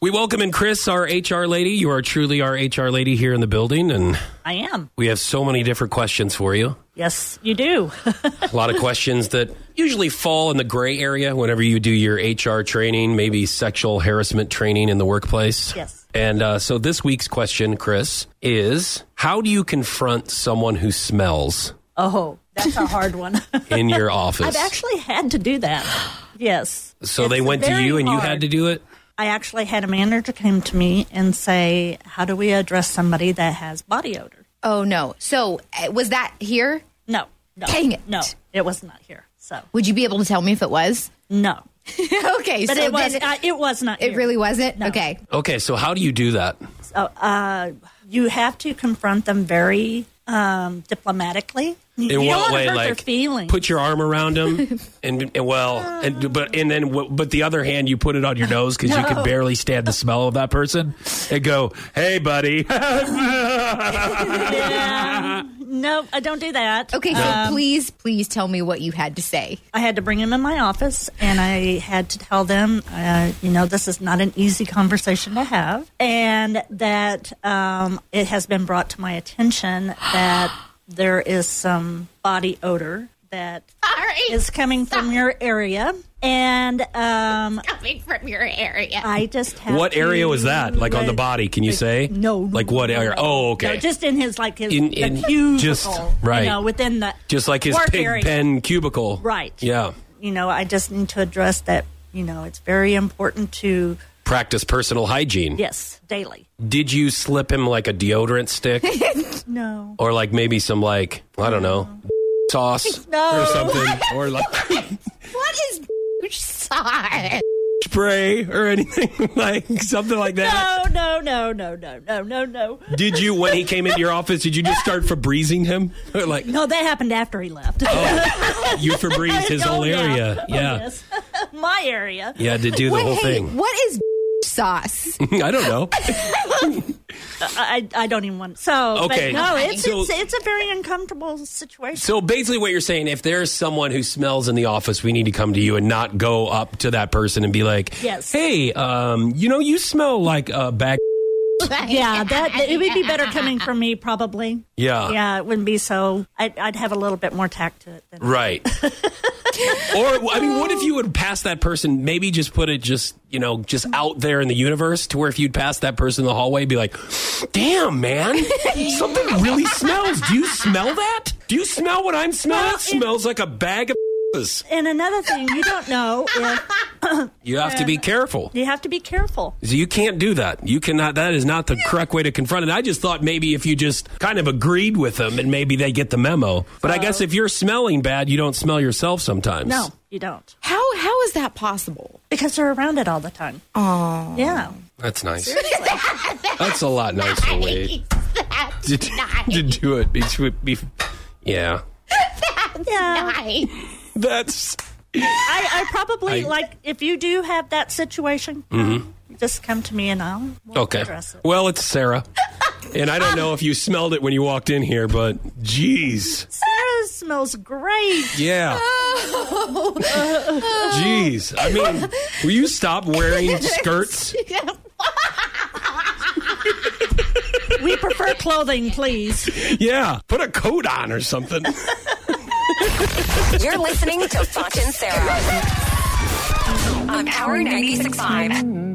We welcome in Chris, our HR lady. You are truly our HR lady here in the building, and I am. we have so many different questions for you. Yes, you do. A lot of questions that usually fall in the gray area whenever you do your HR training, maybe sexual harassment training in the workplace. Yes. And uh, so this week's question, Chris, is how do you confront someone who smells oh, that's a hard one. in your office? I've actually had to do that. Yes. so they It's went to very you and you hard. had to do it? I actually had a manager come to me and say, "How do we address somebody that has body odor?" Oh no. So uh, was that here? No. no Dang it. No, it was not here. So Would you be able to tell me if it was? no, okay, but so it was. then uh, it was not. it here. really wasn't. Okay. Okay, so how do you do that? So, uh, you have to confront them very um, diplomatically. You- In you what don't wanna way? hurt like their feelings. put your arm around him, and, and well, and, but and then w- but the other hand, you put it on your nose because you can No. barely stand the smell of that person, and go, "Hey, buddy." Yeah. no, I don't do that. Okay, so please, please tell me what you had to say. I had to bring him in my office, and I had to tell them, uh, you know, this is not an easy conversation to have, and that um, it has been brought to my attention that there is some body odor that Sorry, is coming from your area, and um, coming from your area. I just have what area was that? to- Like on the body? Can you say? No, Like what no, area? no. Oh, okay. No, just in his like his In- the in- cubicle, just- right. You know, within the Just like his work pig area. pen cubicle. Right. Yeah. you know, I just need to address that, you know, it's very important to, Practice personal hygiene. yes, daily. Did you slip him like a deodorant stick, No. or like maybe some like I don't know sauce No. or something, or like. What is sorry? spray or anything like something like that? No, no, no, no, no, no, no, no. Did you when he came into your office? Did you just start Febrezing him? Or like No, that happened after he left. you Febrezed his whole Oh, yeah. area? Oh, Yeah, yes. My area. yeah, to do the whole hey, thing. what is sauce? I don't know. I, I I don't even want. So, but Okay. no, it's, So- it's it's a very uncomfortable situation. So basically, what you're saying, if there's someone who smells in the office, we need to come to you and not go up to that person and be like, Yes. "Hey, um, you know, you smell like a bag." Yeah, that it would be better coming from me probably. Yeah, Yeah, it wouldn't be so. I'd, I'd have a little bit more tact to it. Than, Right. or I mean, what if you would pass that person? Maybe just put it just you know just out there in the universe to where if you'd pass that person in the hallway, be like, "Damn, man, something really smells. Do you smell that? Do you smell what I'm smelling? it smells like a bag of." And another thing, you don't know if You have to be careful. you have to be careful. So you can't do that. You cannot. That is not the correct way to confront it. I just thought maybe if you just kind of agreed with them, and maybe they get the memo. But I guess if you're smelling bad, you don't smell yourself sometimes. No, you don't. How how is that possible? Because they're around it all the time. Oh. Yeah. That's nice. That's a lot nicer way to, to do it. Be- be- yeah. Yeah. That's. I, I probably, I- like, if you do have that situation, just come to me and I'll we'll Okay. address it. Well, it's Sarah. And I don't know if you smelled it when you walked in here, but jeez. Sarah smells great. Yeah. Jeez. I mean, will you stop wearing skirts? We prefer clothing, please. Yeah. Put a coat on or something. You're listening to Foch and Sarah on Power 96.5.